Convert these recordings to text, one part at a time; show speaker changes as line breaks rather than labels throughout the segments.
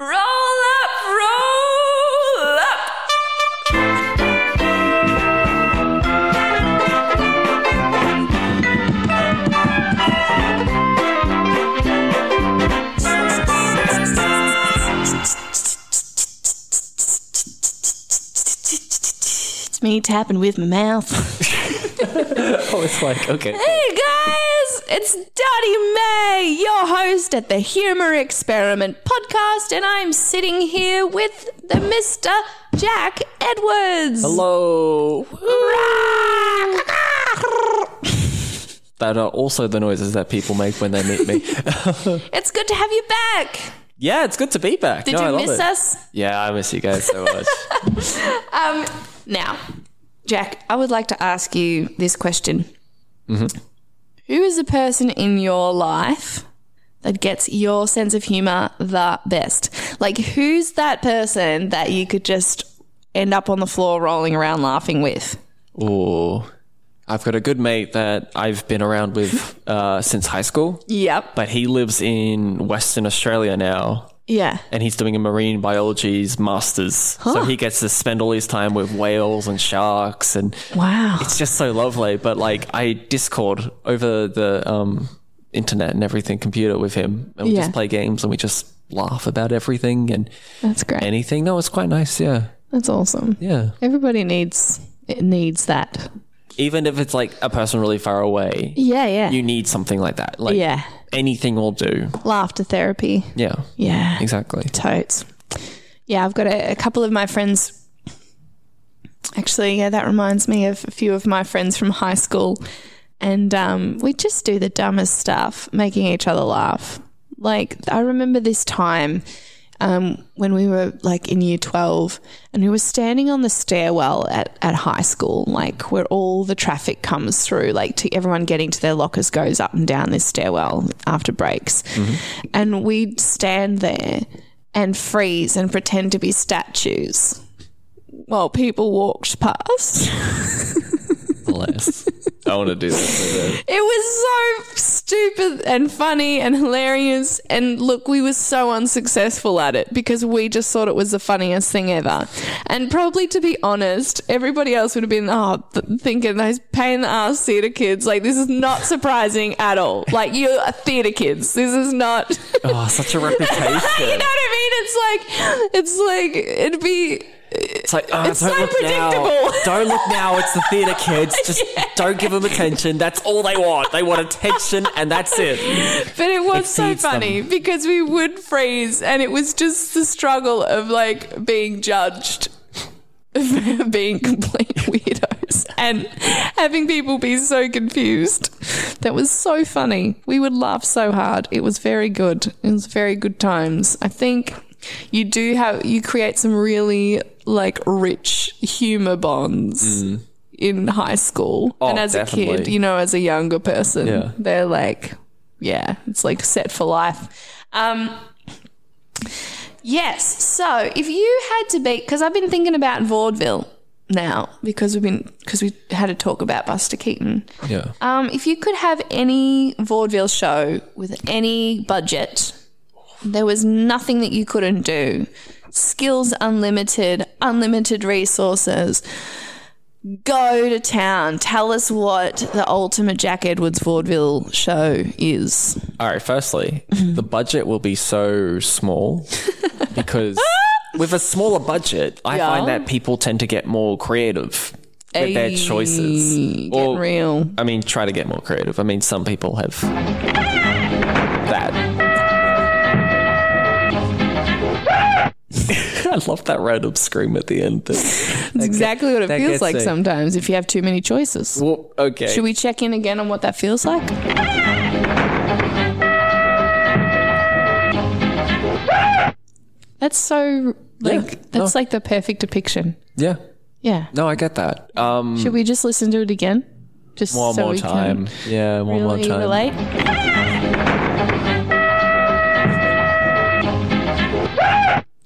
Roll up, roll up.
It's me tapping with my mouth.
Oh, it's like, okay.
Hey guys, it's Dottie May, your host at the Humor Experiment podcast, and I'm sitting here with the Mr. Jack Edwards.
Hello.
Hello.
That are also the noises that people make when they meet me.
It's good to have you back.
yeah, it's good to be back.
Did
No, I
you
love
miss
it.
us?
Yeah, I miss you guys so much.
Um, now, Jack, I would like to ask you this question
Mm-hmm.
Who is the person in your life that gets your sense of humor the best? Like, who's that person that you could just end up on the floor rolling around laughing with?
Ooh. I've got a good mate that I've been around with uh, since high school,
Yep.
but he lives in Western Australia now.
Yeah.
And he's doing a marine biology's masters. So he gets to spend all his time with whales and sharks and
Wow.
it's just so lovely. But like I Discord over the um, internet and everything, computer with him, and we
Yeah.
just play games and we just laugh about everything and
That's great.
anything. No, it's quite nice. Yeah,
That's awesome.
yeah.
Everybody needs it needs that.
Even if it's like a person really far away,
Yeah, yeah.
you need something like that. Like
yeah.
anything will do.
Laughter therapy.
Yeah,
Yeah.
exactly.
totes. Yeah, I've got a, a couple of my friends. Actually, yeah, that reminds me of a few of my friends from high school. And um, we just do the dumbest stuff, making each other laugh. Like, I remember this time um, when we were like in year 12 and we were standing on the stairwell at, at high school, like where all the traffic comes through, like to everyone getting to their lockers goes up and down this stairwell after breaks. And we'd stand there and freeze and pretend to be statues while people walked past.
Bless. I want to do this.
It was so stupid and funny and hilarious. And look, we were so unsuccessful at it because we just thought it was the funniest thing ever. And probably to be honest, everybody else would have been, oh, th- thinking those pain in the ass theatre kids. Like, this is not surprising at all. Like, you're theatre kids. This is not.
Oh, such a
you
reputation.
know what I mean? It's like, it's like, it'd be.
It's like, oh,
It's
don't
so
look now.
predictable.
Don't look now. It's the theatre kids. Just don't give them attention. That's all they want. They want attention, and that's it.
But it was so
Exceeds them.
funny because we would freeze, and it was just the struggle of like being judged for being complete weirdos and having people be so confused. That was so funny. We would laugh so hard. It was very good. It was very good times. I think you do have you create some really like rich humor bonds. In high school
Mm. Oh,
and as a kid,
definitely.
you know, as a younger person,
Yeah.
they're like, yeah, it's like set for life. Um, yes. So if you had to be, because I've been thinking about vaudeville now because we've been because we had a talk about Buster Keaton.
Yeah.
Um, if you could have any vaudeville show with any budget, there was nothing that you couldn't do. Skills unlimited, unlimited resources. Go to town. Tell us what the ultimate Jack Edwards vaudeville show is.
All right. Firstly, the budget will be so small because with a smaller budget, I
Yeah.
find that people tend to get more creative with their choices.
Get real.
I mean, try to get more creative. I mean, some people have that. I love that random scream at the end.
That's exactly what it
that
feels
gets
like
it.
sometimes if you have too many choices.
Well, okay.
Should we check in again on what that feels like? That's so like
Yeah,
that's like the perfect depiction.
Yeah.
Yeah.
No, I get that. Um,
Should we just listen to it again? Just
one
so
more
we
time.
Can
Yeah, one more
really
time.
relate.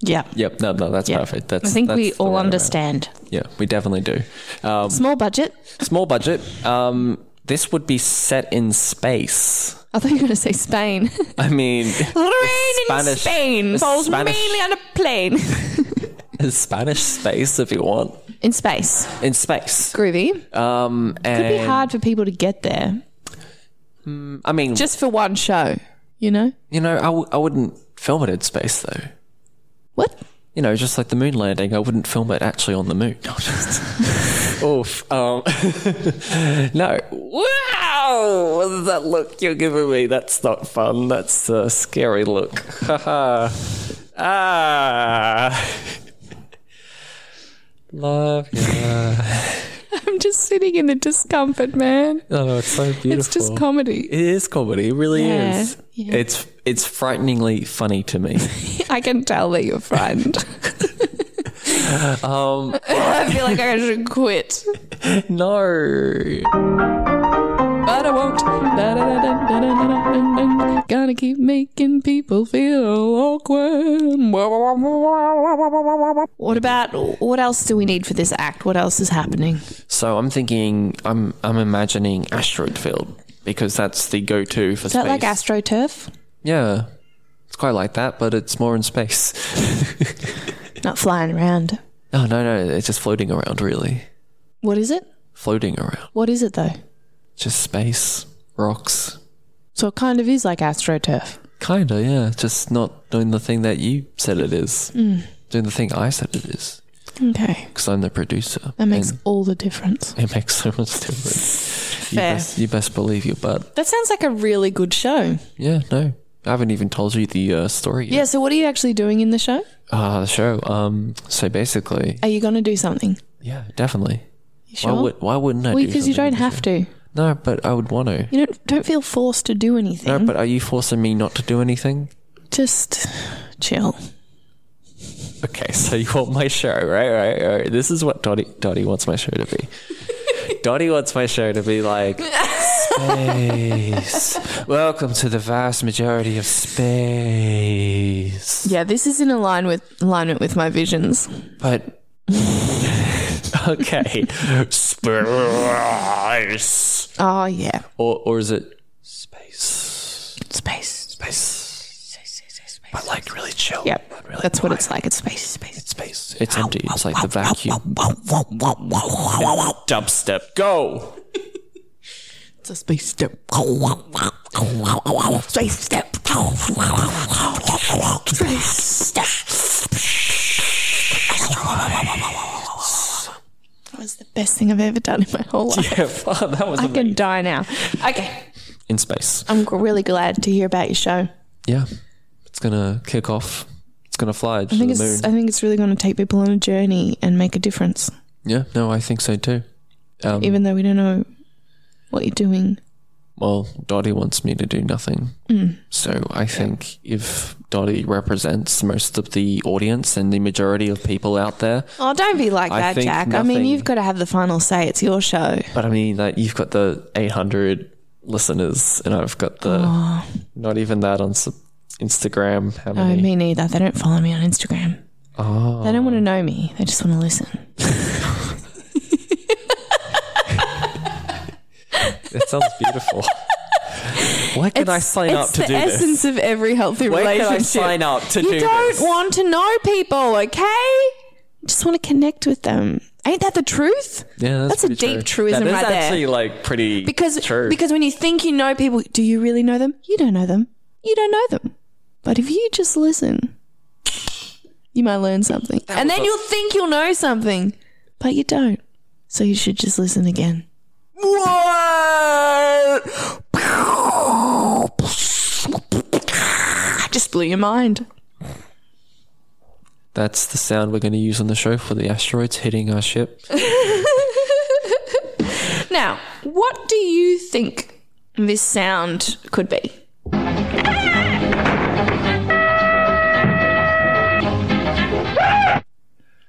Yeah.
Yep. No, no, that's perfect. That's.
I think
that's
we
the
all
right amount.
understand.
Yeah, we definitely do. Um,
Small budget.
small budget. Um, this would be set in space.
I thought you were going to say Spain.
I mean,
Rain
Spanish-
in Spain falls
Spanish-
mainly on a plane.
Spanish space if you want
in space.
in space.
Groovy.
Um, and
It'd be hard for people to get there
I mean,
just for one show, you know?
you know, I, w- I wouldn't film it in space though.
What?
You know, just like the moon landing, I wouldn't film it actually on the moon. Oof. Um, no. Wow! What is that look you're giving me? That's not fun. That's a scary look. Haha. ah. Love you.
I'm just sitting in the discomfort, man.
Oh, no, it's so beautiful.
It's just comedy.
It is comedy. It really
Yeah,
is.
yeah.
It's it's frighteningly funny to me.
I can tell that you're frightened.
Um,
I feel like I should quit.
no.
but I won't. Da-da-da-da-da-da-da-da-da. Gonna keep making people feel awkward.
What about what else do we need for this act? What else is happening?
So I'm thinking I'm I'm imagining asteroid field because that's the go-to for
Is that
space.
like AstroTurf?
yeah. It's quite like that, but it's more in space.
Not flying around.
no, no, no. It's just floating around, really.
What is it?
Floating around.
What is it though?
Just space, rocks.
So it kind of is like AstroTurf.
Kinda, yeah. Just not doing the thing that you said it is.
Mm.
Doing the thing I said it is.
Okay.
Because I'm the producer.
That makes
And
all the difference.
it makes so much difference.
Fair.
You best, you best believe your butt.
That sounds like a really good show.
Yeah, no. I haven't even told you the uh, story
Yeah,
yet.
so what are you actually doing in the show?
Uh, the show. Um, so basically,
Are you going to do something?
yeah, definitely.
You sure?
Why, would, why wouldn't I
well,
do
because you
something
don't
with
have to.
you? No, but I would want to.
You don't don't feel forced to do anything.
No, but are you forcing me not to do anything?
Just chill.
Okay, so you want my show, right? Right, right. This is what Dottie, Dottie wants my show to be. Dottie wants my show to be like space. Welcome to the vast majority of space.
Yeah, this is in align with alignment with my visions.
But okay, space.
Oh yeah,
Or or is it space?
space.
Space. But like really chill.
Yep,
But really
that's what it's like. It's space, space.
It's space. It's empty. It's like the vacuum. Dubstep. Go.
It's a space step.
Space step. Space step.
That was the best thing I've ever done in my whole life.
Yeah, fuck, that was
I can die now. Okay,
in space.
I'm g- really glad to hear about your show.
Yeah, it's gonna kick off. It's gonna fly to
I
the
think
moon.
it's I think it's really going to take people on a journey and make a difference,
yeah, no, I think so too. Um,
even though we don't know what you're doing.
well, Dottie wants me to do nothing,
Mm.
so I think if Dottie represents most of the audience and the majority of people out there,
Oh, don't be like
I
that,
think
Jack. I
nothing-
mean, you've got to have the final say. It's your show.
but I mean, like you've got the eight hundred listeners, and I've got the
Oh.
not even that on s- Instagram. How
Oh, No,
many?
me neither. They don't follow me on Instagram.
Oh.
They don't want to know me. They just want to listen.
It sounds beautiful. Why can I sign up
it's
to
the
do this?
essence of every healthy
Where can
relationship.
I sign up to
you
do
don't
this?
want to know people, okay? You just want to connect with them. Ain't that the truth?
yeah,
that's a
pretty
deep
true.
truism
That is
right there.
actually like pretty
Because
true.
because when you think you know people, do you really know them? You don't know them. You don't know them. But if you just listen, you might learn something. and then you'll think you'll know something, but you don't. So you should just listen again. I just blew your mind.
that's the sound we're going to use on the show for the asteroids hitting our ship.
Now, what do you think this sound could be?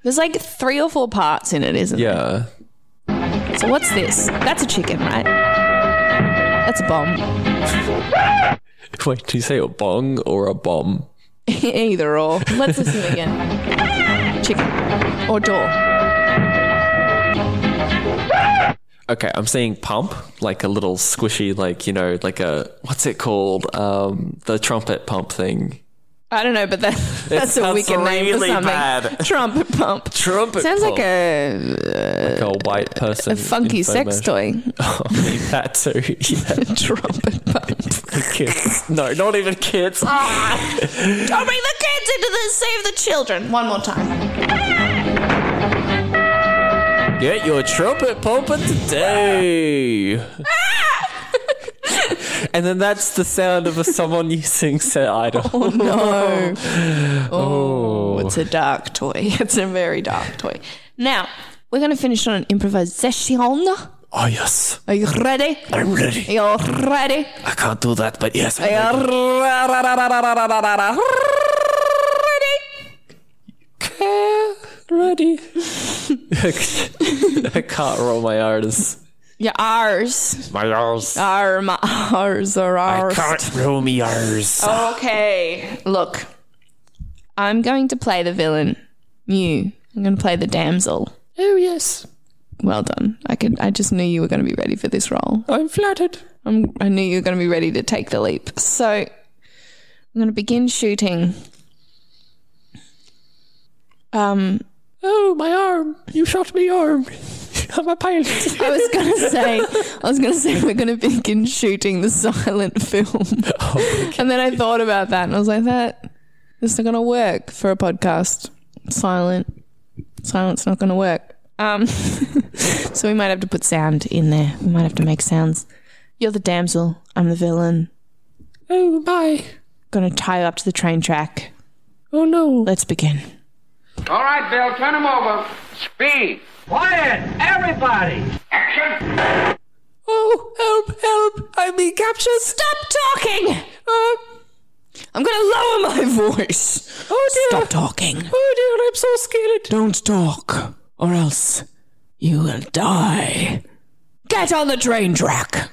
There's like three or four parts in it, isn't
Yeah.
there? So what's this? That's a chicken, right? That's a bomb.
Wait, do you say a bong or a bomb?
Either or. Let's listen again. Chicken. Or door.
Okay, I'm seeing pump, like a little squishy, like, you know, like a, what's it called? Um, the trumpet pump thing.
I don't know, but that, that's a
sounds
wicked name for
really
something.
bad.
Trumpet pump.
Trumpet
Sounds
pump.
like a,
Like a white person.
a funky sex
infomercial.
toy.
Oh, I mean, that too. Yeah.
Trumpet pump.
kids. No, not even kids.
Ah. Don't bring the kids into this. Save the children. One more time.
Get your trumpet pumping today. and then that's the sound of a someone using said idol.
No. Oh, it's a dark toy. It's a very dark toy. Now, we're going to finish on an improvisation. Are
Oh, yes.
you ready?
I'm ready.
You're ready?
I can't do that, but yes. I'm
You're
ready.
ready?
ready. I can't roll my R's.
Yeah, ours.
My R's.
Our, my, ours are
I
ours.
can't roll me R's.
Okay. Look, I'm going to play the villain. You. I'm going to play the damsel.
Oh, yes.
Well done. I could. I just knew you were going to be ready for this role.
I'm flattered.
I'm, I knew you were going to be ready to take the leap. So I'm going to begin shooting. Um,
Oh, my arm. You shot me arm. I'm a pilot.
I was going to say, I was going to say we're going to begin shooting the silent film,
Oh,
and then I thought about that, and I was like, that this is not going to work for a podcast. Silent, silent's not going to work. Um, so we might have to put sound in there. We might have to make sounds. You're the damsel. I'm the villain.
Oh, my.
Gonna tie you up to the train track.
Oh, no.
Let's begin.
All right, Bill, turn him over. Speed. Quiet, everybody. Action.
Oh, help, help. I'm being captured.
Stop talking!
Uh,
I'm gonna lower my voice.
oh, dear.
Stop talking.
Oh, dear. I'm so scared.
Don't talk, or else you will die. Get on the train track.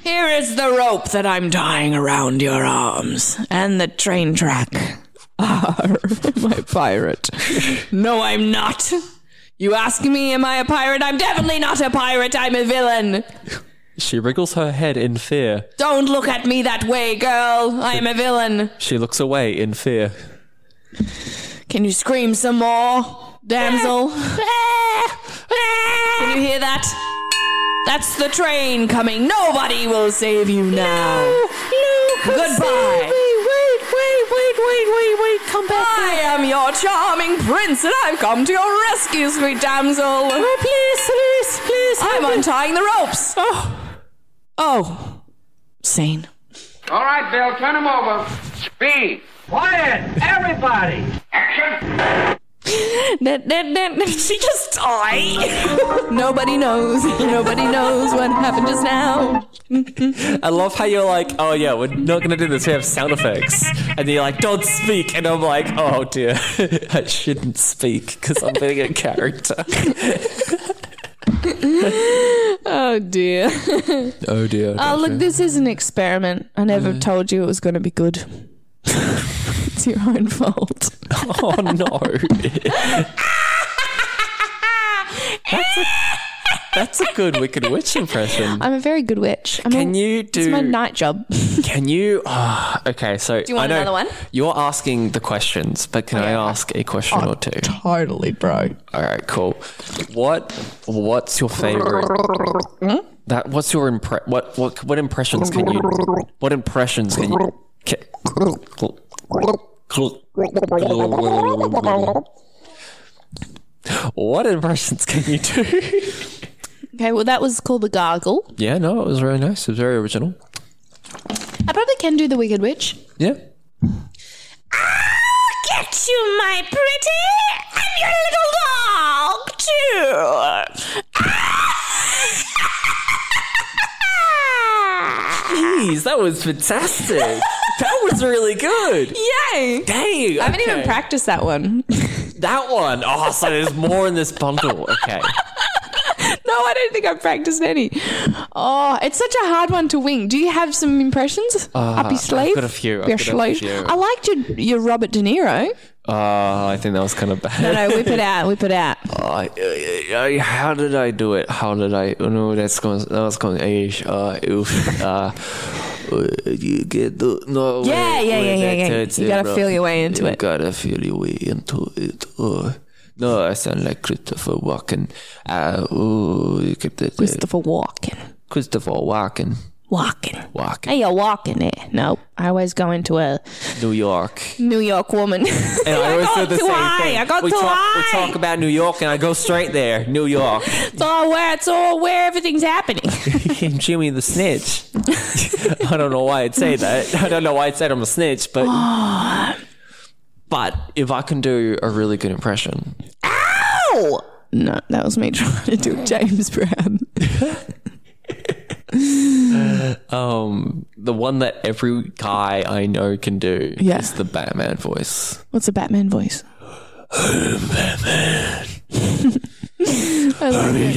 Here is the rope that I'm tying around your arms, and the train track. Arr, am I a pirate? no, I'm not. You ask me, am I a pirate? I'm definitely not a pirate. I'm a villain.
She wriggles her head in fear.
Don't look at me that way, girl. I am a villain.
She looks away in fear.
Can you scream some more, damsel? Can you hear that? That's the train coming. Nobody will save you now. Goodbye.
Wait, wait, wait, wait, wait, wait. Come
I am your charming prince, and I've come to your rescue, sweet damsel. Oh, please, please, please. I'm untying the ropes. Oh. Oh. Sane.
All right, Bill, turn him over. Speed. Quiet, everybody. Action.
she just died. Nobody knows. Nobody knows what happened just now.
I love how you're like, oh yeah, we're not gonna do this. We have sound effects, and you're like, don't speak, and I'm like, oh dear, I shouldn't speak because I'm being a character.
Oh dear.
Oh dear.
Oh look, this is an experiment. I never told you it was going to be good. it's your own fault.
Oh no. that's, a, that's a good Wicked Witch impression.
I'm a very good witch. I'm
Can
a,
you
It's my
do-
night job.
Can you? ah, okay, so do
you want
I know
another one?
You're asking the questions, but can I ask a question or two?
Oh, Totally, bro.
All right, cool. What What's your favorite? That What's your impre- What What What impressions can you? What impressions can you? ca- What impressions can you do?
Okay, well that was called the gargle.
yeah, no, it was very nice. It was very original.
I probably can do the wicked witch.
Yeah.
Get you, my pretty, and your little dog too.
Jeez, that was fantastic. that was really good.
Yay!
Dang.
I haven't even practiced that one. no,
That one. Oh, so there's more in this bundle. Okay.
I don't think I've practiced any. Oh, it's such a hard one to wing. Do you have some impressions up your
Uh, I've
sleeve?
got a few, I've
Your
got a
sleeve?
few.
I liked your your Robert De Niro.
Oh, I think that was kind of
No,
bad. Uh,
no, whip it out, whip it out.
I, I, I, how did I do it? How did I? Oh no, that's going. That was going. Ish. Uh, oof. Uh, uh, you get the no.
Yeah, yeah, yeah, yeah, yeah.
that's
You gotta
bro.
feel your way into
You
it.
gotta feel your way into it. Oh. No, I sound like Christopher Walken. Uh, oh, you kept it.
Christopher
Christopher,
Walken.
Christopher Walken.
Walken.
Walken.
Hey, you're walking there. No, I always go into a
New York.
New York woman.
And I always
got
do the
too
same
high.
thing.
I got
we
too
talk,
high.
We talk about New York, and I go straight there. New York.
it's all where it's all where everything's happening.
Jimmy the snitch. I don't know why I'd say that. I don't know why I'd say I'm a snitch, but but if I can do a really good impression,
Ow! No, that was me trying to do James Brown.
um, the one that every guy I know can do
Yeah.
is the Batman voice.
What's a Batman voice?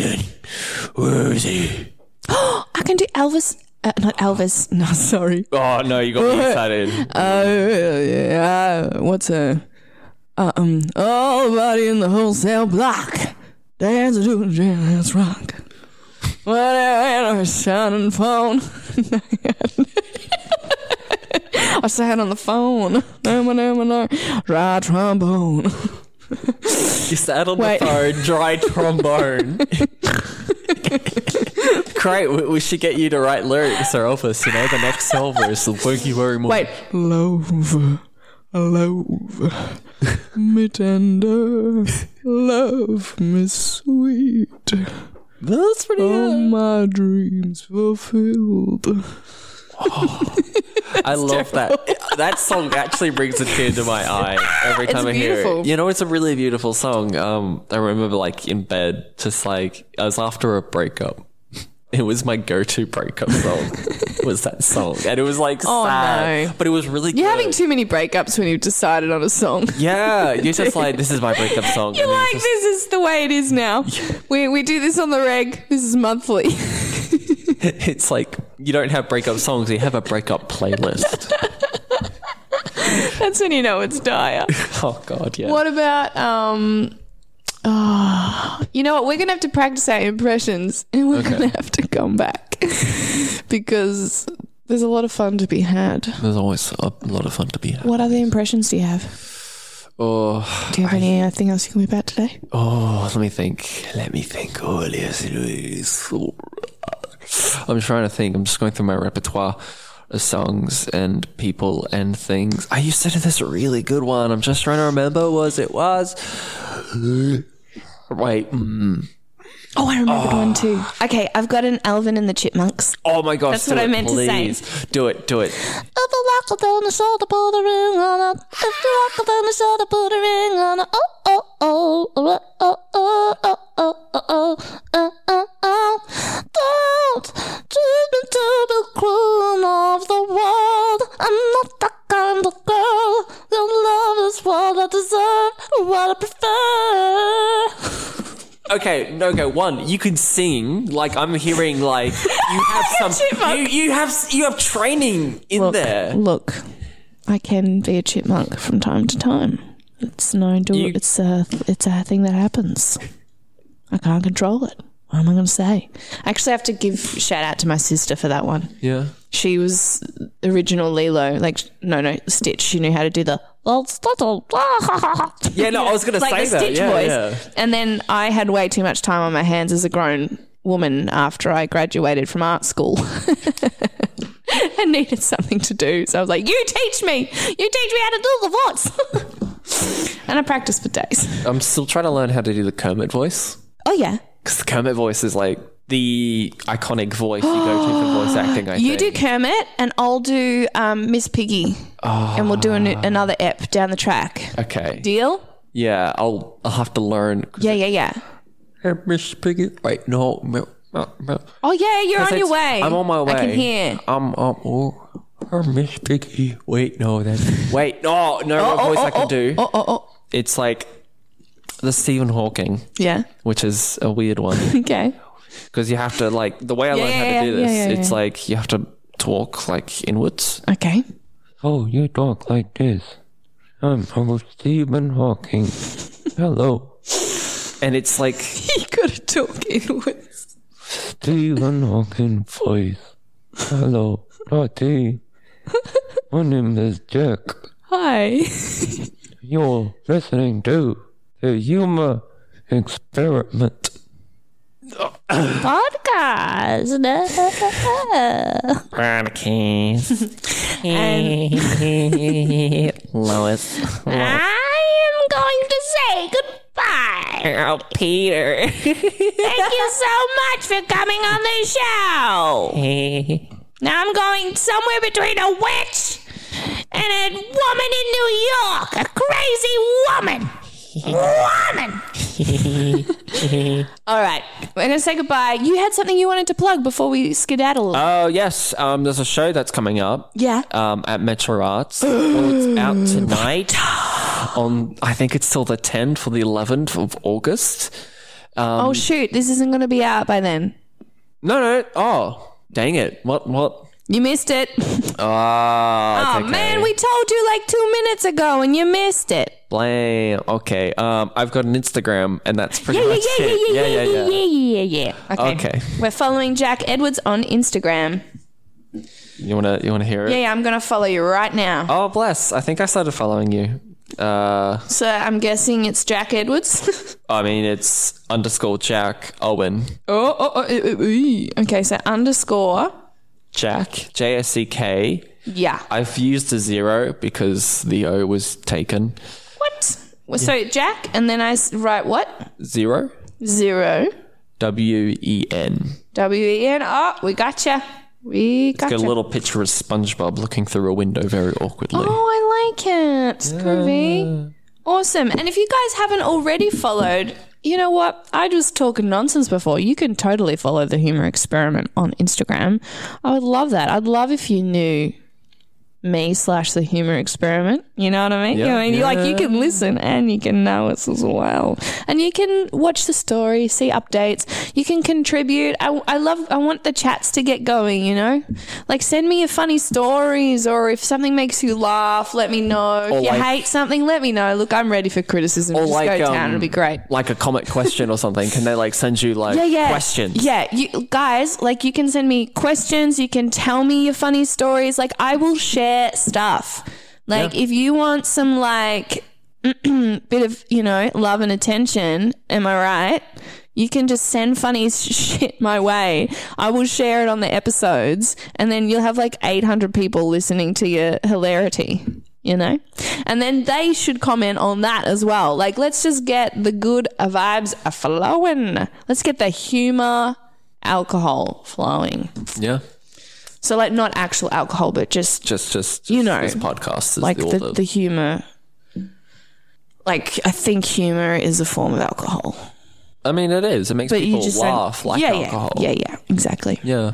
Where is he?
I can do Elvis. Uh, not Elvis. No, sorry.
Oh no, you got me excited.
Uh, yeah, uh, what's a uh, um? All body in the wholesale block. Dance to the jazz rock. When I was sounding phone. I sat on the phone. No, no, no, no. Dry trombone.
You sat on
Wait.
the phone, dry trombone. Great, we, we should get you to write lyrics or Elvis. You know, the next Elvis, is the Wookie Worry More.
Wait. Love. Love. Me tender. Love me sweet.
that's pretty
All
good.
my dreams fulfilled.
I love that. That song actually brings a tear to my eye every time I hear it.
beautiful.
You know, it's a really beautiful song. Um, I remember like in bed, just like I was after a breakup. It was my go-to breakup song. was that song, and it was like sad,
Oh, no.
but it was really.
You're
good.
having too many breakups when you've decided on a song.
Yeah, you're just like this is my breakup song.
You're
and then
like,
it's just-
this is the way it is now. We, we do this on the reg. This is monthly.
It's like you don't have breakup songs; you have a breakup playlist.
That's when you know it's dire.
oh God, yeah.
What about, um, oh, you know what? We're going to have to practice our impressions and we're going to have to come back because there's a lot of fun to be had.
There's always a lot of fun to be had.
What other impressions do you have?
Oh.
Do you have anything else you can whip out today?
Oh, let me think. Let me think. Oh, yes, it is. I'm trying to think. I'm just going through my repertoire of songs and people and things. I used to do this really good one. I'm just trying to remember. Was it was? Wait. mm.
Oh, I remembered one too. Okay, I've got an Elvin and the Chipmunks.
Oh my gosh.
That's
do
what I
it,
meant to say.
please. Do it. Do it.
If you walk down the shoulder, put a ring on it. If you walk down the shoulder, put a ring on it. Oh, oh, oh, oh, oh, oh, oh, oh, oh, oh, oh, oh. Don't treat me to the croon of the world. I'm not that kind of girl. Your love is what I deserve, what I prefer.
Okay, no go. One, you can sing. Like I'm hearing, like you have some. You, you have you have training in there.
Look, I can be a chipmunk from time to time. It's known to
You-
it's a it's a thing that happens. I can't control it. What am I going to say? I actually have to give shout out to my sister for that one.
Yeah.
She was original Lilo, like no, no Stitch. She knew how to do the
Yeah. No, I was gonna
like
say
the
that.
Stitch
yeah,
voice.
yeah.
And then I had way too much time on my hands as a grown woman after I graduated from art school. and needed something to do, so I was like, "You teach me. You teach me how to do the voice." and I practiced for days.
I'm still trying to learn how to do the Kermit voice
Oh yeah,
because the Kermit voice is like the iconic voice you go to for voice acting. I
you do
think.
Kermit, and I'll do um, Miss Piggy, and we'll do an, another ep down the track.
Ah. Okay.
Deal?
yeah, I'll I'll have to learn.
Yeah, yeah, yeah.
Hey, Miss Piggy. Wait, no. Oh, well,
Oh yeah, you're on your
it's-
way.
I'm on my way.
I can hear.
I'm um, oh, I'm Miss Piggy. Wait, no, that's wait, no, no, what voice I can do.
Oh oh oh.
It's like the Stephen Hawking,
Yeah.
which is a weird one
Okay.
because you have to like the way I learned
yeah,
how to do
yeah,
this.
yeah,
it's
yeah.
like you have to talk like inwards.
Okay.
Oh, you talk like this. I'm Uncle Stephen Hawking. Hello,
and it's like
you gotta talk inwards.
Stephen Hawking voice. Hello, naughty. My name is Jack.
Hi.
You're listening to the humor experiment.
Radicals. Lois.
I'm going to say goodbye.
Oh, Peter.
Thank you so much for coming on the show. Now I'm going somewhere between a witch and a woman in New York. A crazy woman. Woman.
All right. We're gonna say goodbye. You had something you wanted to plug before we skedaddle.
Oh, yes. Um, there's a show that's coming up.
Yeah.
Um, at Metro Arts. well, it's out tonight. On, I think it's till the 10th or the 11th of August.
oh shoot, this isn't gonna be out by then.
No, no. Oh, dang it. What, what?
You missed it.
Ah,
Oh
it's okay.
man, we told you like two minutes ago and you missed it.
blame. Okay. Um, I've got an Instagram, and that's pretty
yeah,
much
yeah,
it.
yeah,
yeah, yeah, yeah.
Yeah, yeah. Okay.
Okay.
We're following Jack Edwards on Instagram.
You wanna, you wanna hear it?
Yeah, yeah, I'm gonna follow you right now.
Oh, bless. I think I started following you. Uh,
So I'm guessing it's Jack Edwards.
I mean, it's underscore Jack Owen.
oh, oh, oh, eh, eh, eh. okay. So underscore.
Jack, J S C K.
Yeah.
I've used a zero because the O was taken.
What? Well, So Jack, and then I s- write what?
Zero,
Zero.
W E N.
W E N. Oh, we gotcha. We
Got
gotcha.
a little picture of SpongeBob looking through a window very awkwardly.
Oh, I like it. Groovy. Awesome. And if you guys haven't already followed, you know what? I was talking nonsense before. You can totally follow the humor experiment on Instagram. I would love that. I'd love if you knew me slash the humor experiment. You know what I mean? You know,
Yeah.
and you like you can listen and you can know us as well. And you can watch the story, see updates. You can contribute. I, I love, I want the chats to get going, you know? Like send me your funny stories or if something makes you laugh, let me know.
Or
if you
like-
hate something, let me know. Look, I'm ready for criticism. Just go down.
um,
It'll be great.
Like a comic question or something. Can they like send you like
Yeah, yeah.
questions?
Yeah, you guys, like you can send me questions, you can tell me your funny stories, like I will share stuff. Like if you want some like bit of, you know, love and attention, am I right? You can just send funny s- shit my way. I will share it on the episodes and then you'll have like 800 people listening to your hilarity. You know, and then they should comment on that as well. Like, let's just get the good vibes a flowing. Let's get the humor alcohol flowing.
Yeah.
So, like, not actual alcohol, but just
Just, just,
You know,
this podcast is
like
all
the, the, humor. Like I think humor is a form of alcohol,
I mean, it is. It makes
but
people
you just
laugh
don't,
like
yeah,
alcohol.
yeah, Mm. yeah, yeah, exactly.
Yeah.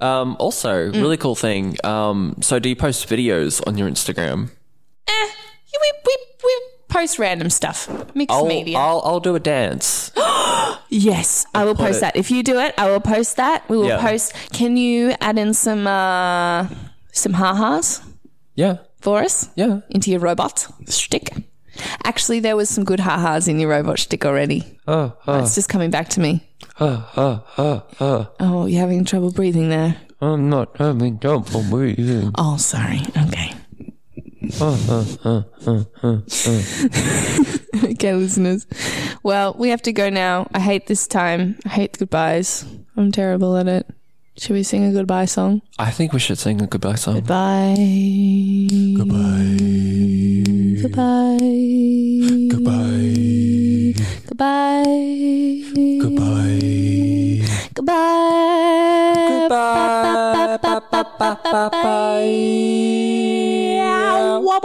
Um, also, really cool thing. Um, so, do you post videos on your Instagram?
Eh, we, we we post random stuff, mixed
I'll,
media.
I'll, I'll do a dance.
yes, I will post
it-
that. If you do it, I will post that. We will
Yeah.
post. Can you add in some uh, some ha-has
Yeah.
for us
Yeah.
into your robot shtick? Actually, there was some good ha-has in your robot shtick already.
Oh,
Ha ha
It's just coming back to me.
ha ha ha.
Oh, you're having trouble breathing there.
I'm not having trouble breathing.
Oh, sorry. Okay. okay, listeners. Well, we have to go now. I hate this time. I hate goodbyes. I'm terrible at it. Should we sing a goodbye song?
I think we should sing a goodbye song.
Bye. Goodbye. Goodbye. Goodbye. Goodbye. Goodbye. Goodbye.